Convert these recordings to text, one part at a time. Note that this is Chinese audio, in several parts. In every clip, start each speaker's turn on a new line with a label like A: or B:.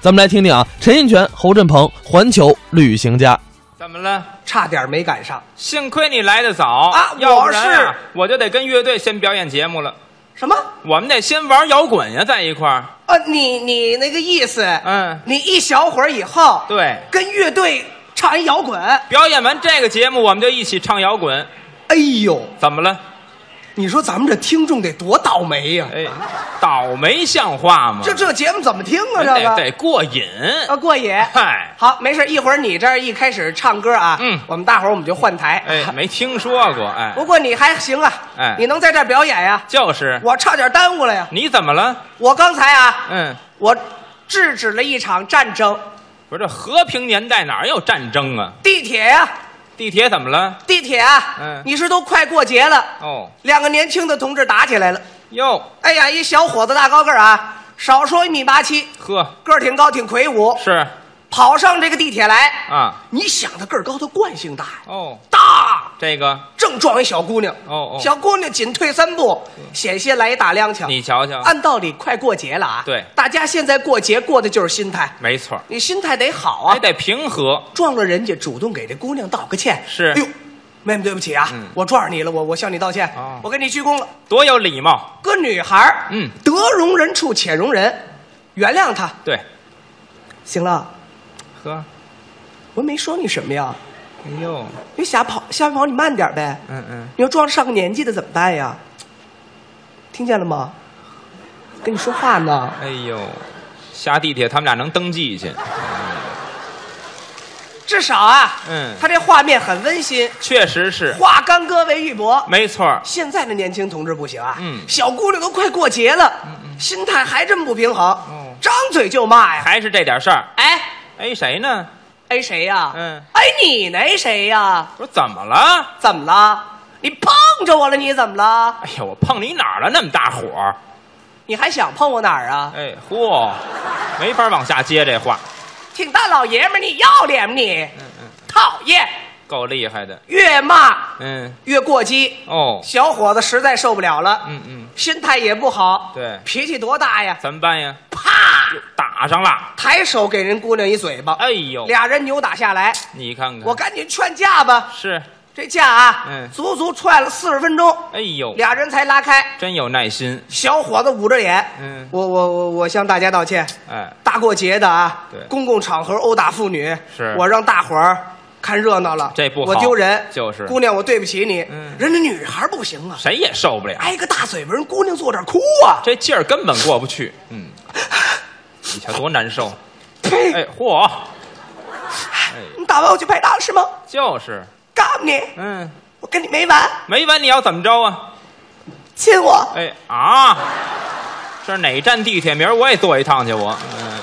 A: 咱们来听听啊，陈印泉、侯振鹏，环球旅行家。
B: 怎么了？
C: 差点没赶上。
B: 幸亏你来的早
C: 啊
B: 要不然啊
C: 我是
B: 我就得跟乐队先表演节目了。
C: 什么？
B: 我们得先玩摇滚呀，在一块儿。
C: 呃，你你那个意思？
B: 嗯
C: 你一小会儿以后，
B: 对
C: 跟乐队唱一摇滚。
B: 表演完这个节目，我们就一起唱摇滚。
C: 哎呦，
B: 怎么了？
C: 你说咱们这听众得多倒霉呀、
B: 哎，倒霉像话吗？哎
C: 这这节目怎么听啊？这
B: 得
C: 个
B: 得过瘾。
C: 啊，过瘾。
B: 嗨，
C: 好，没事，一会儿你这儿一开始唱歌啊，
B: 嗯
C: 我们大伙儿我们就换台。
B: 哎，没听说过。哎，
C: 不过你还行啊，
B: 哎
C: 你能在这儿表演呀、
B: 就是
C: 我差点耽误了呀。
B: 你怎么了？
C: 我刚才啊，
B: 嗯，
C: 我制止了一场战争，
B: 不是这和平年代哪有战争啊？
C: 地铁呀、
B: 地铁怎么了？
C: 地铁啊，
B: 嗯
C: 你说都快过节了，
B: 哦，
C: 两个年轻的同志打起来了。
B: 哟
C: 哎呀，一小伙子大高个儿啊，少说一米八七，
B: 呵，
C: 个儿挺高，挺魁梧，
B: 是
C: 跑上这个地铁来。
B: 啊，
C: 你想他个儿高，他惯性大呀，
B: 哦，
C: 大
B: 这个
C: 正撞一小姑娘。
B: 哦哦嗯
C: 小姑娘紧退三步，险些来一打踉跄。
B: 你瞧瞧，
C: 按道理快过节了啊，
B: 对
C: 大家现在过节过的就是心态，
B: 没错儿，
C: 你心态得好啊
B: 还。得平和。
C: 撞了人家，主动给这姑娘道个歉。
B: 是
C: 哎呦，妹妹对不起啊，
B: 嗯
C: 我撞着你了，我我向你道歉，
B: 哦
C: 我跟你鞠躬了。
B: 多有礼貌。
C: 搁女孩儿
B: 嗯
C: 得容人处且容人，原谅她。
B: 对，
C: 行了，
B: 呵，
C: 我没说你什么呀，
B: 哎呦，
C: 你瞎跑瞎跑，你慢点儿呗。
B: 嗯嗯，
C: 你要撞上个年纪的怎么办呀？听见了吗？跟你说话呢。
B: 哎呦，下地铁他们俩能登记去，
C: 至少啊，
B: 嗯
C: 他这画面很温馨，
B: 确实是，
C: 化干戈为玉帛。
B: 没错儿。
C: 现在的年轻同志不行啊，
B: 嗯
C: 小姑娘都快过节了，心态还这么不平衡，
B: 哦
C: 张嘴就骂呀，
B: 还是这点事儿。
C: 哎
B: 哎，谁呢？
C: 哎谁呀、
B: 嗯
C: 哎你那谁呀、
B: 我说怎么了？
C: 怎么了？你碰着我了，你怎么了？
B: 哎呀，我碰你哪儿了？那么大火儿！
C: 你还想碰我哪儿啊？
B: 哎，嚯，没法往下接这话，
C: 挺大老爷们儿，你要脸吗你？
B: 嗯
C: 讨厌，
B: 够厉害的。
C: 越骂
B: 嗯，
C: 越过激，
B: 哦，
C: 小伙子实在受不了了，
B: 嗯嗯，
C: 心态也不好，
B: 对
C: 脾气多大呀？
B: 怎么办呀？
C: 啪，
B: 打上了。
C: 抬手给人姑娘一嘴巴，
B: 哎呦，嗯
C: 俩人扭打下来。
B: 你看看，
C: 我赶紧劝架吧，
B: 是，
C: 这架啊，
B: 嗯
C: 足足踹了四十分钟，
B: 哎呦，
C: 俩人才拉开。
B: 真有耐心。
C: 小伙子捂着眼，
B: 嗯
C: 我我我我向大家道歉，
B: 哎，
C: 大过节的啊
B: 对，
C: 公共场合殴打妇女，
B: 是
C: 我让大伙儿看热闹了，
B: 这不好
C: 我丢人，
B: 就是
C: 姑娘，我对不起你，
B: 嗯
C: 人家女孩不行啊，
B: 谁也受不了，
C: 挨个大嘴巴，人姑娘坐这儿哭啊，
B: 这劲儿根本过不去。嗯， 你瞧多难受。
C: 呸，
B: 哎，嚯，
C: 你打完我去排档是吗？
B: 就是，
C: 告诉你，
B: 嗯，
C: 我跟你没完，
B: 没完你要怎么着啊？
C: 亲我，
B: 哎啊，这是哪站地铁？明儿我也坐一趟去。我，嗯，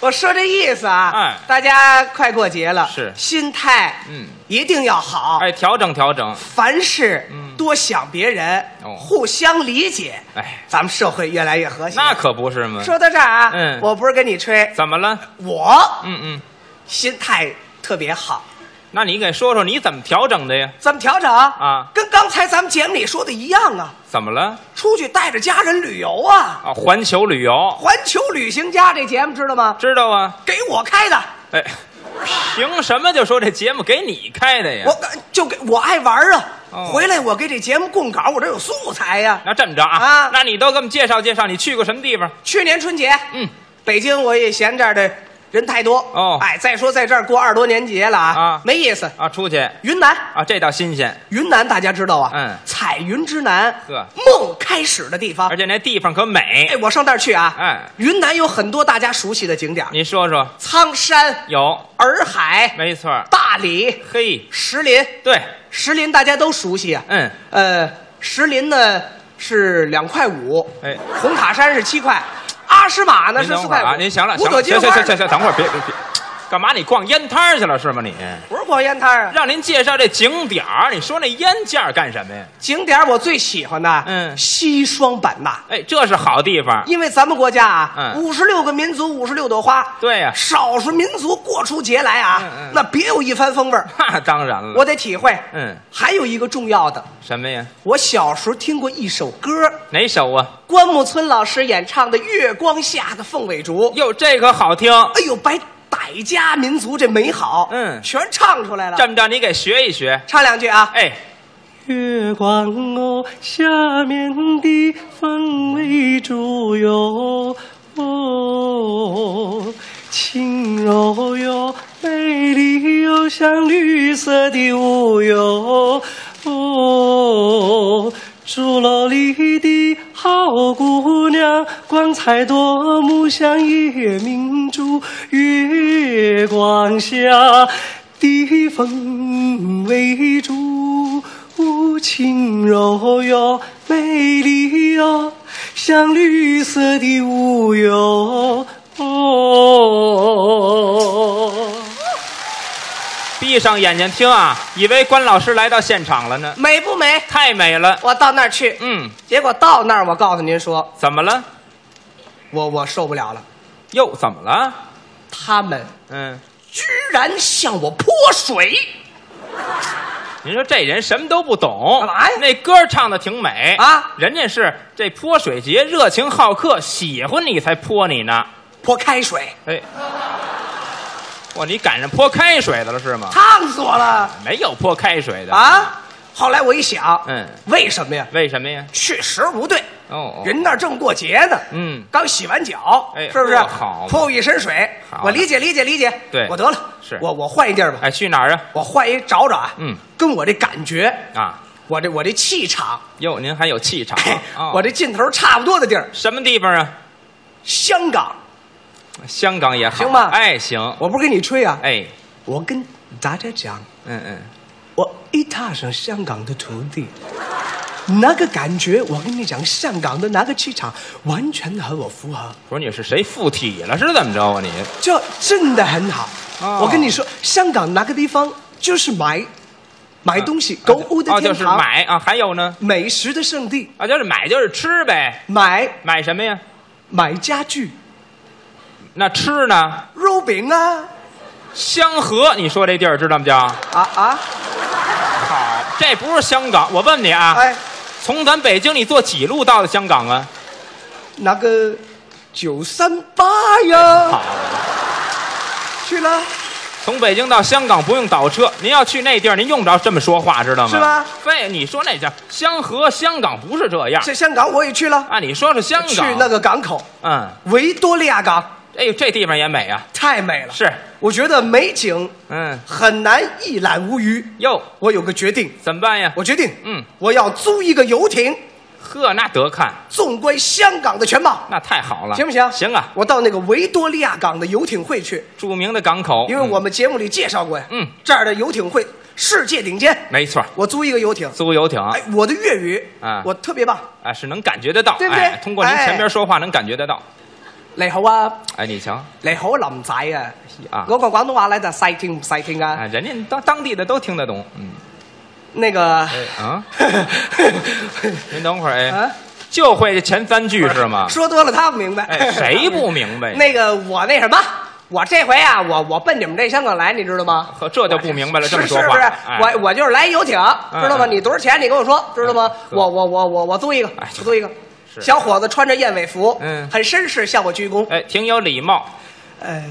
C: 我说这意思啊，
B: 哎
C: 大家快过节了，
B: 是
C: 心态，
B: 嗯
C: 一定要好，
B: 哎，调整调整。
C: 凡事多想别人，
B: 哦
C: 互相理解，
B: 哎，
C: 咱们社会越来越和谐。
B: 那可不是嘛。
C: 说到这儿啊，
B: 嗯
C: 我不是跟你吹，
B: 怎么了？
C: 我
B: 嗯嗯，
C: 心态特别好。
B: 那你给说说你怎么调整的呀？
C: 怎么调整
B: 啊
C: 跟刚才咱们节目里说的一样啊，
B: 怎么了？
C: 出去带着家人旅游啊，
B: 啊，环球旅游，
C: 环球旅行家这节目知道吗？
B: 知道啊？
C: 给我开的，
B: 哎，凭什么就说这节目给你开的呀
C: 我？就给我爱玩啊。
B: 哦
C: 回来我给这节目供稿，我这有素材呀、
B: 那这么着
C: 啊
B: 啊，那你都给我们介绍介绍，你去过什么地方？
C: 去年春节，
B: 嗯，
C: 北京我也嫌这儿的人太多
B: 哦
C: 哎，再说在这儿过二十多年节了啊，
B: 啊
C: 没意思。
B: 啊，出去
C: 云南，
B: 啊，这倒新鲜，
C: 云南大家知道啊，
B: 嗯
C: 彩云之南，
B: 呵
C: 梦开始的地方
B: 而。且那地方可美
C: 哎，。我上那儿去啊，
B: 哎，
C: 云南有很多大家熟悉的景点，
B: 你说说，
C: 苍山、
B: 有，
C: 洱海、
B: 没错儿。
C: 大理、
B: 嘿，
C: 石林，
B: 对，
C: 石林大家都熟悉啊。
B: 嗯，
C: 呃，石林呢是两块五，
B: 哎
C: 红塔山是七块，阿诗玛呢
B: 您
C: 是
B: 等
C: 四
B: 会儿
C: 块
B: 啊，
C: 五。
B: 您行了，
C: 五
B: 行
C: 朵
B: 了，
C: 金
B: 行
C: 花
B: 行行行，等会儿别别别，干嘛你逛烟摊儿去了是吗你？
C: 不是逛烟摊儿啊，
B: 让您介绍这景点儿，你说那烟价干什么呀？
C: 景点儿我最喜欢的，
B: 嗯
C: 西双版纳，
B: 哎，这是好地方。
C: 因为咱们国家啊，
B: 嗯
C: 五十六个民族，五十六朵花，
B: 对呀
C: 少数民族过出节来啊，
B: 嗯嗯
C: 那别有一番风味儿。
B: 那当然了，
C: 我得体会。
B: 嗯，
C: 还有一个重要的，
B: 什么呀？
C: 我小时候听过一首歌，
B: 哪首啊？
C: 关牧村老师演唱的《月光下的凤尾竹》。
B: 哟，这可好听，
C: 哎呦，百百家民族这美好，
B: 嗯
C: 全唱出来了。
B: 这么着你给学一学。
C: 唱两句啊。
B: 哎，
C: 月光哦，下面的凤尾竹哟，哦，轻柔哟，美丽又像绿色的雾哟，哦，竹篓里的好姑娘，光彩夺目像夜明珠，月光下的凤尾竹。无情柔哟，美丽哟，像绿色的雾哟。哦，
B: 闭上眼睛听啊，以为关老师来到现场了呢，
C: 美不美？
B: 太美了。
C: 我到那儿去，
B: 嗯，
C: 结果到那儿，我告诉您说，
B: 怎么了？
C: 我我受不了了，
B: 哟，怎么了？
C: 他们
B: 嗯，
C: 居然向我泼水，
B: 您说这人什么都不懂，
C: 干嘛呀
B: 那歌唱的挺美
C: 啊
B: 人家是这泼水节热情好客，喜欢你才泼你呢。
C: 泼开水，
B: 哎，哇，你赶上泼开水的了是吗？
C: 烫死我了
B: 没有泼开水的，
C: 啊！后来我一想，
B: 嗯，
C: 为什么呀？
B: 为什么呀？
C: 确实不对，
B: 哦，
C: 人那儿正过节呢，
B: 嗯
C: 刚洗完脚，
B: 哎
C: 是不是？
B: 呵好嘛
C: 泼我一身水，
B: 好
C: 我理解理解理解。
B: 对
C: 我得了，
B: 是
C: 我我换一地儿吧，
B: 哎，去哪儿啊？
C: 我换一找找啊，
B: 嗯，
C: 跟我这感觉，
B: 啊，
C: 我这我这气场，
B: 哟，您还有气场
C: 嘿
B: 啊！
C: 我这劲头差不多的地儿，
B: 什么地方啊？
C: 香港，
B: 香港也好，
C: 行吧
B: 哎，行，
C: 我不是跟你吹啊，
B: 哎，
C: 我跟大家讲，
B: 嗯嗯，
C: 我一踏上香港的土地。 那个感觉，我跟你讲，香港的那个气场完全和我符合，
B: 不是你是谁附体了是怎么着啊你？
C: 这真的很好。
B: 哦
C: 我跟你说，香港那个地方就是买买东西、购物的
B: 哦，
C: 天
B: 啊就是
C: 堂，
B: 买啊，还有呢，
C: 美食的圣地，
B: 啊，就是买就是吃呗，
C: 买
B: 买什么呀？
C: 买家具、
B: 那吃呢？
C: 肉饼啊
B: 香河，你说这地儿知道吗？叫
C: 啊啊！
B: 好， 这不是香港。我问你啊，
C: 哎，
B: 从咱北京你坐几路到的香港啊？
C: 那个九三八呀，
B: 好，
C: 去了
B: 从北京到香港不用倒车。您要去那地儿，您用不着这么说话，知道吗？
C: 是吧？
B: 非你说那叫香河，香港不是这样。
C: 这香港我也去了，
B: 啊，你说是香港？
C: 去那个港口
B: 嗯，
C: 维多利亚港，
B: 哎呦，这地方也美啊。
C: 太美了。
B: 是，
C: 我觉得美景
B: 嗯，
C: 很难一览无余。
B: 哟，
C: 我有个决定，
B: 怎么办呀？
C: 我决定，
B: 嗯，
C: 我要租一个游艇，
B: 呵，那得看，
C: 纵观香港的全貌，
B: 那太好了，
C: 行不行？
B: 行啊，
C: 我到那个维多利亚港的游艇会去，
B: 著名的港口，
C: 因为我们节目里介绍过呀。
B: 哦嗯，
C: 这儿的游艇会世界顶尖
B: 嗯，没错，
C: 我租一个游艇。
B: 租游艇
C: 哎，我的粤语
B: 啊
C: 我特别棒。
B: 啊是能感觉得到，
C: 对不对
B: 哎通过您
C: 哎
B: 前边说话能感觉得到。
C: 你好啊，
B: 哎，你瞧，
C: 你好啊林仔啊，
B: 啊
C: 我讲广东话来的细听唔细听啊？
B: 啊，人家当当地的都听得懂，嗯，
C: 那个，
B: 哎啊， 您等会儿，哎，
C: 啊，
B: 就会这前三句是吗？
C: 说多了他不明白。
B: 哎，谁不明白？
C: 那个我那什么，我这回啊，我我奔你们这香港来，你知道吗？
B: 呵，这就不明白了，这么
C: 是
B: 说
C: 是
B: 话
C: 不是，？
B: 哎
C: 我我就是来游艇，知道吗？
B: 嗯
C: 你多少钱？你跟我说，知道吗？
B: 嗯
C: 我我我我我租一个，
B: 哎
C: 我租一个。
B: 是
C: 小伙子穿着燕尾服，
B: 嗯
C: 很绅士，向我鞠躬。
B: 哎，挺有礼貌。
C: 呃，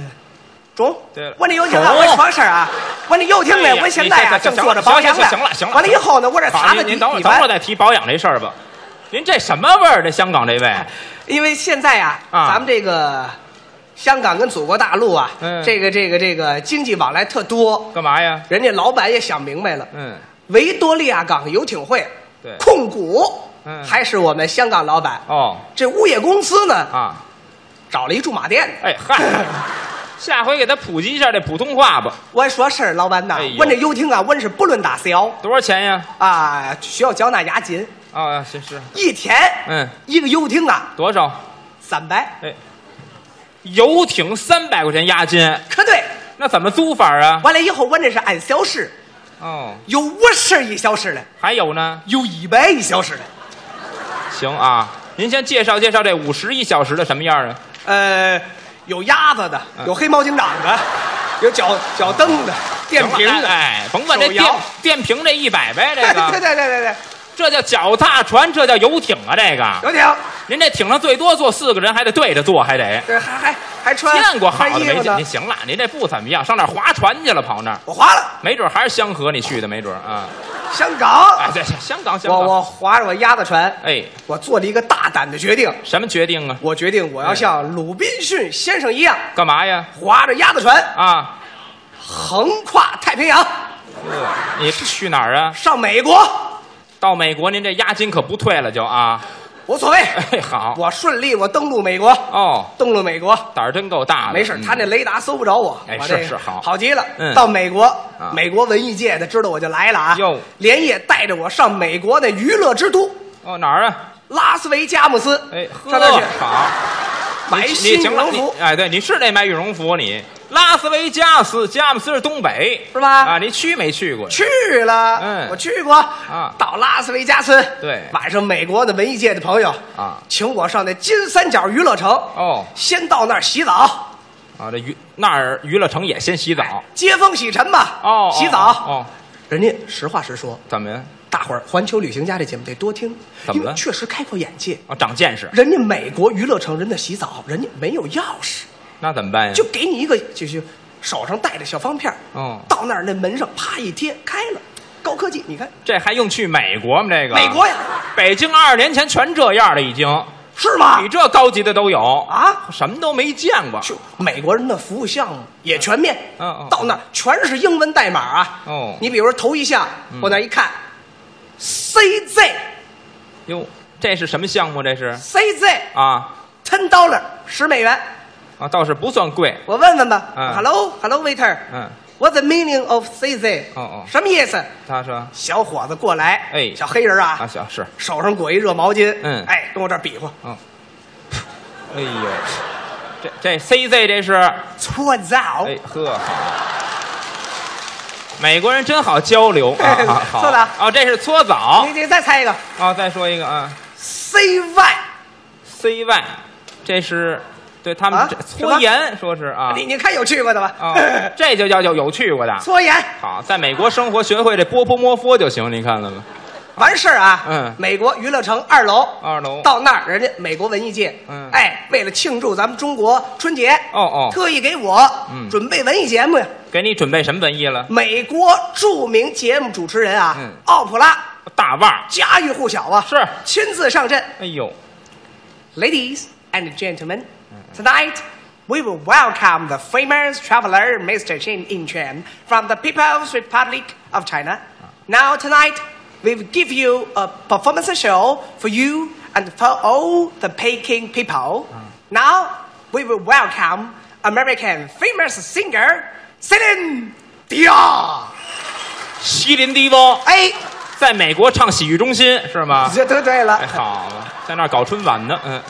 C: 中，
B: 对了
C: 我那游艇啊，
B: 中
C: 我是房事儿啊，我那游艇呢
B: 哦哎，呀
C: 我现在
B: 你
C: 啊
B: 这
C: 正
B: 这
C: 做着保养呢。
B: 行了行了行了
C: 完了以后呢，我这
B: 好，
C: 查子
B: 您
C: 底
B: 您等会儿，
C: 底
B: 等会儿
C: 盘，
B: 再提保养这事儿吧。您这什么味儿？这香港这
C: 哎
B: 位，
C: 因为现在啊，
B: 啊
C: 咱们这个香港跟祖国大陆啊，
B: 嗯
C: 这个这个这个经济往来特多，
B: 干嘛呀？
C: 人家老板也想明白了，
B: 嗯，
C: 维多利亚港游艇会
B: 对，
C: 控股
B: 嗯
C: 还是我们香港老板。
B: 哦
C: 这物业公司呢，
B: 啊，
C: 找了一驻马店。
B: 哎嗨，下回给他普及一下这普通话吧。
C: 我说事儿，老板呐
B: 哎呦，
C: 我这游艇啊，我是不论大小
B: 多少钱呀？
C: 啊，需要缴纳押金，
B: 啊，行是，
C: 一天
B: 嗯，
C: 一个游艇啊，
B: 多少？
C: 三百。
B: 哎，游艇三百块钱押金，
C: 可对，
B: 那怎么租法啊？
C: 完了以后，我那是按小时，
B: 哦，
C: 有五十一小时的，
B: 还有呢？
C: 有一百一小时的。
B: 行啊，您先介绍介绍这五十一小时的什么样啊？
C: 呃，有鸭子的，
B: 嗯
C: 有黑猫警长的，有脚脚蹬的，电瓶
B: 行了
C: 的，
B: 哎，甭管这
C: 手
B: 电
C: 摇
B: 电瓶这一百呗，这
C: 对对
B: 个
C: 对对对对，
B: 这叫脚踏船，这叫游艇啊，这个
C: 游艇，
B: 您这艇上最多坐四个人，还得对着坐，还得
C: 对还还还穿
B: 见过好
C: 穿
B: 的
C: 衣
B: 没
C: 服
B: 见？
C: 呢
B: 您，行了，您这不怎么样，上那儿划船去了，跑那儿，
C: 我滑了
B: 没准还是香河你去的，没准啊，
C: 香港，
B: 哎，这这香港香
C: 我
B: 港，
C: 我划着我鸭子船，
B: 哎，
C: 我做了一个大胆的决定，
B: 什么决定啊？
C: 我决定我要像鲁滨逊先生一样，
B: 干嘛呀？
C: 划着鸭子船
B: 啊，
C: 横跨太平洋
B: 你是去哪儿啊？
C: 上美国，
B: 到美国您这押金可不退了就啊，
C: 无所谓，
B: 哎好
C: 我顺利我登陆美国，
B: 哦，
C: 登陆美国。
B: 胆儿真够大的，
C: 没事
B: 嗯，
C: 他那雷达搜不着我。
B: 哎
C: 我这
B: 是是好
C: 好极了。
B: 嗯
C: 到美国，美国文艺界的知道我就来了啊，
B: 哟
C: 连夜带着我上美国那娱乐之都
B: 哦哪儿啊？
C: 拉斯维加姆斯，
B: 哎，呵
C: 上那儿去
B: 好，
C: 买
B: 你
C: 新羽
B: 行了，
C: 绒
B: 你
C: 服，
B: 哎对，你是得买羽绒服你。拉斯维加斯，佳木斯是东北，
C: 是吧
B: 啊，你去没去过呀？
C: 去了。
B: 嗯
C: 我去过
B: 啊
C: 到拉斯维加斯，
B: 对
C: 晚上美国的文艺界的朋友
B: 啊
C: 请我上那金三角娱乐城，
B: 哦
C: 先到那儿洗澡，
B: 啊，这娱那儿娱乐城也先洗澡
C: 接风洗尘吧。
B: 哦，
C: 洗
B: 哦
C: 澡。
B: 哦，
C: 人家实话实说，
B: 怎么呀？
C: 大伙儿环球旅行家这节目得多听，
B: 怎么
C: 因为
B: 了
C: 确实开阔眼界。
B: 啊，长见识，
C: 人家美国娱乐城人的洗澡，人家没有钥匙，
B: 那怎么办呀？
C: 就给你一个就是手上带着小方片儿
B: 哦
C: 到那儿那门上啪一贴开了，高科技，你看
B: 这还用去美国吗？这个啊
C: 美国呀，
B: 北京二十年前全这样了，已经
C: 是吗
B: 比？这高级的都有啊，
C: 啊，
B: 什么都没见过。
C: 就美国人的服务项目也全面，
B: 嗯嗯嗯
C: 到那儿全是英文代码啊，
B: 哦
C: 你比如说头一项往那儿一看，CZ
B: 哟，这是什么项目？这是
C: CZ
B: 啊
C: ten dollar 十美元，
B: 啊，倒是不算贵。
C: 我问问吧
B: 嗯
C: ，Hello Hello waiter，
B: 嗯，
C: ，What the meaning of CZ？
B: 哦哦
C: 什么意思？
B: 他说
C: 小伙子过来，
B: 哎
C: 小黑人啊，
B: 啊，小是，
C: 手上裹一热毛巾，
B: 嗯
C: 哎，跟我这儿比划，
B: 哎呦，这这 CZ 这是，
C: 搓澡，
B: 哎呵好。美国人真好交流啊！啊好，
C: 搓澡
B: 哦，这是搓澡
C: 你你再猜一个
B: 啊！再说一个啊
C: ，CY，
B: ，CY，这是对他们
C: 啊
B: 这
C: 什么
B: 搓盐，说是啊
C: 你你看有去过的吧？
B: 啊，这就叫有有去过的。
C: 搓盐
B: 好，在美国生活学会这波波摸佛就行，您看了吗？
C: 完事儿啊，
B: 嗯
C: 美国娱乐城二楼，
B: 二楼
C: 到那儿人家美国文艺界，
B: 嗯
C: 哎，为了庆祝咱们中国春节，
B: 哦哦
C: 特意给我
B: 嗯
C: 准备文艺节目呀，
B: 给你准备什么文艺了？
C: 美国著名节目主持人啊
B: 嗯，
C: 奥普拉
B: 大腕儿，
C: 家喻户晓啊，
B: 是
C: 亲自上阵。
B: 哎呦，
C: Ladies and gentlemen, tonight we will welcome the famous traveler Mr. Chen Yingquan from the People's Republic of China. Now tonight we will give you a performance show for you and for all the Peking people. Now we will welcome American famous singer Celine Dion.
B: 西林迪翁
C: 哎，
B: 在美国唱洗浴中心是 吗？
C: 这都对了。
B: 哎，好嘛，在那儿搞春晚呢。嗯，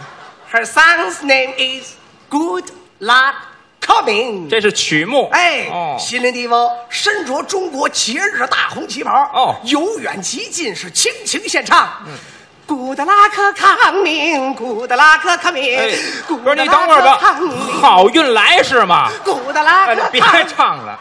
C: Her song's name is Good Luck Coming.
B: 这是曲目。
C: 哎，
B: 哦，
C: 心灵地方身着中国节日的大红旗袍，
B: 哦嗯
C: 由远及近是倾情献唱。古德拉克康明，古德拉克康明
B: 哎，
C: 古
B: 不
C: 德
B: 是
C: 拉
B: 你
C: 克
B: 等会儿吧
C: 康明，
B: 好运来是吗？
C: 古德拉
B: 哎
C: 克，
B: 别
C: 康明
B: 唱了，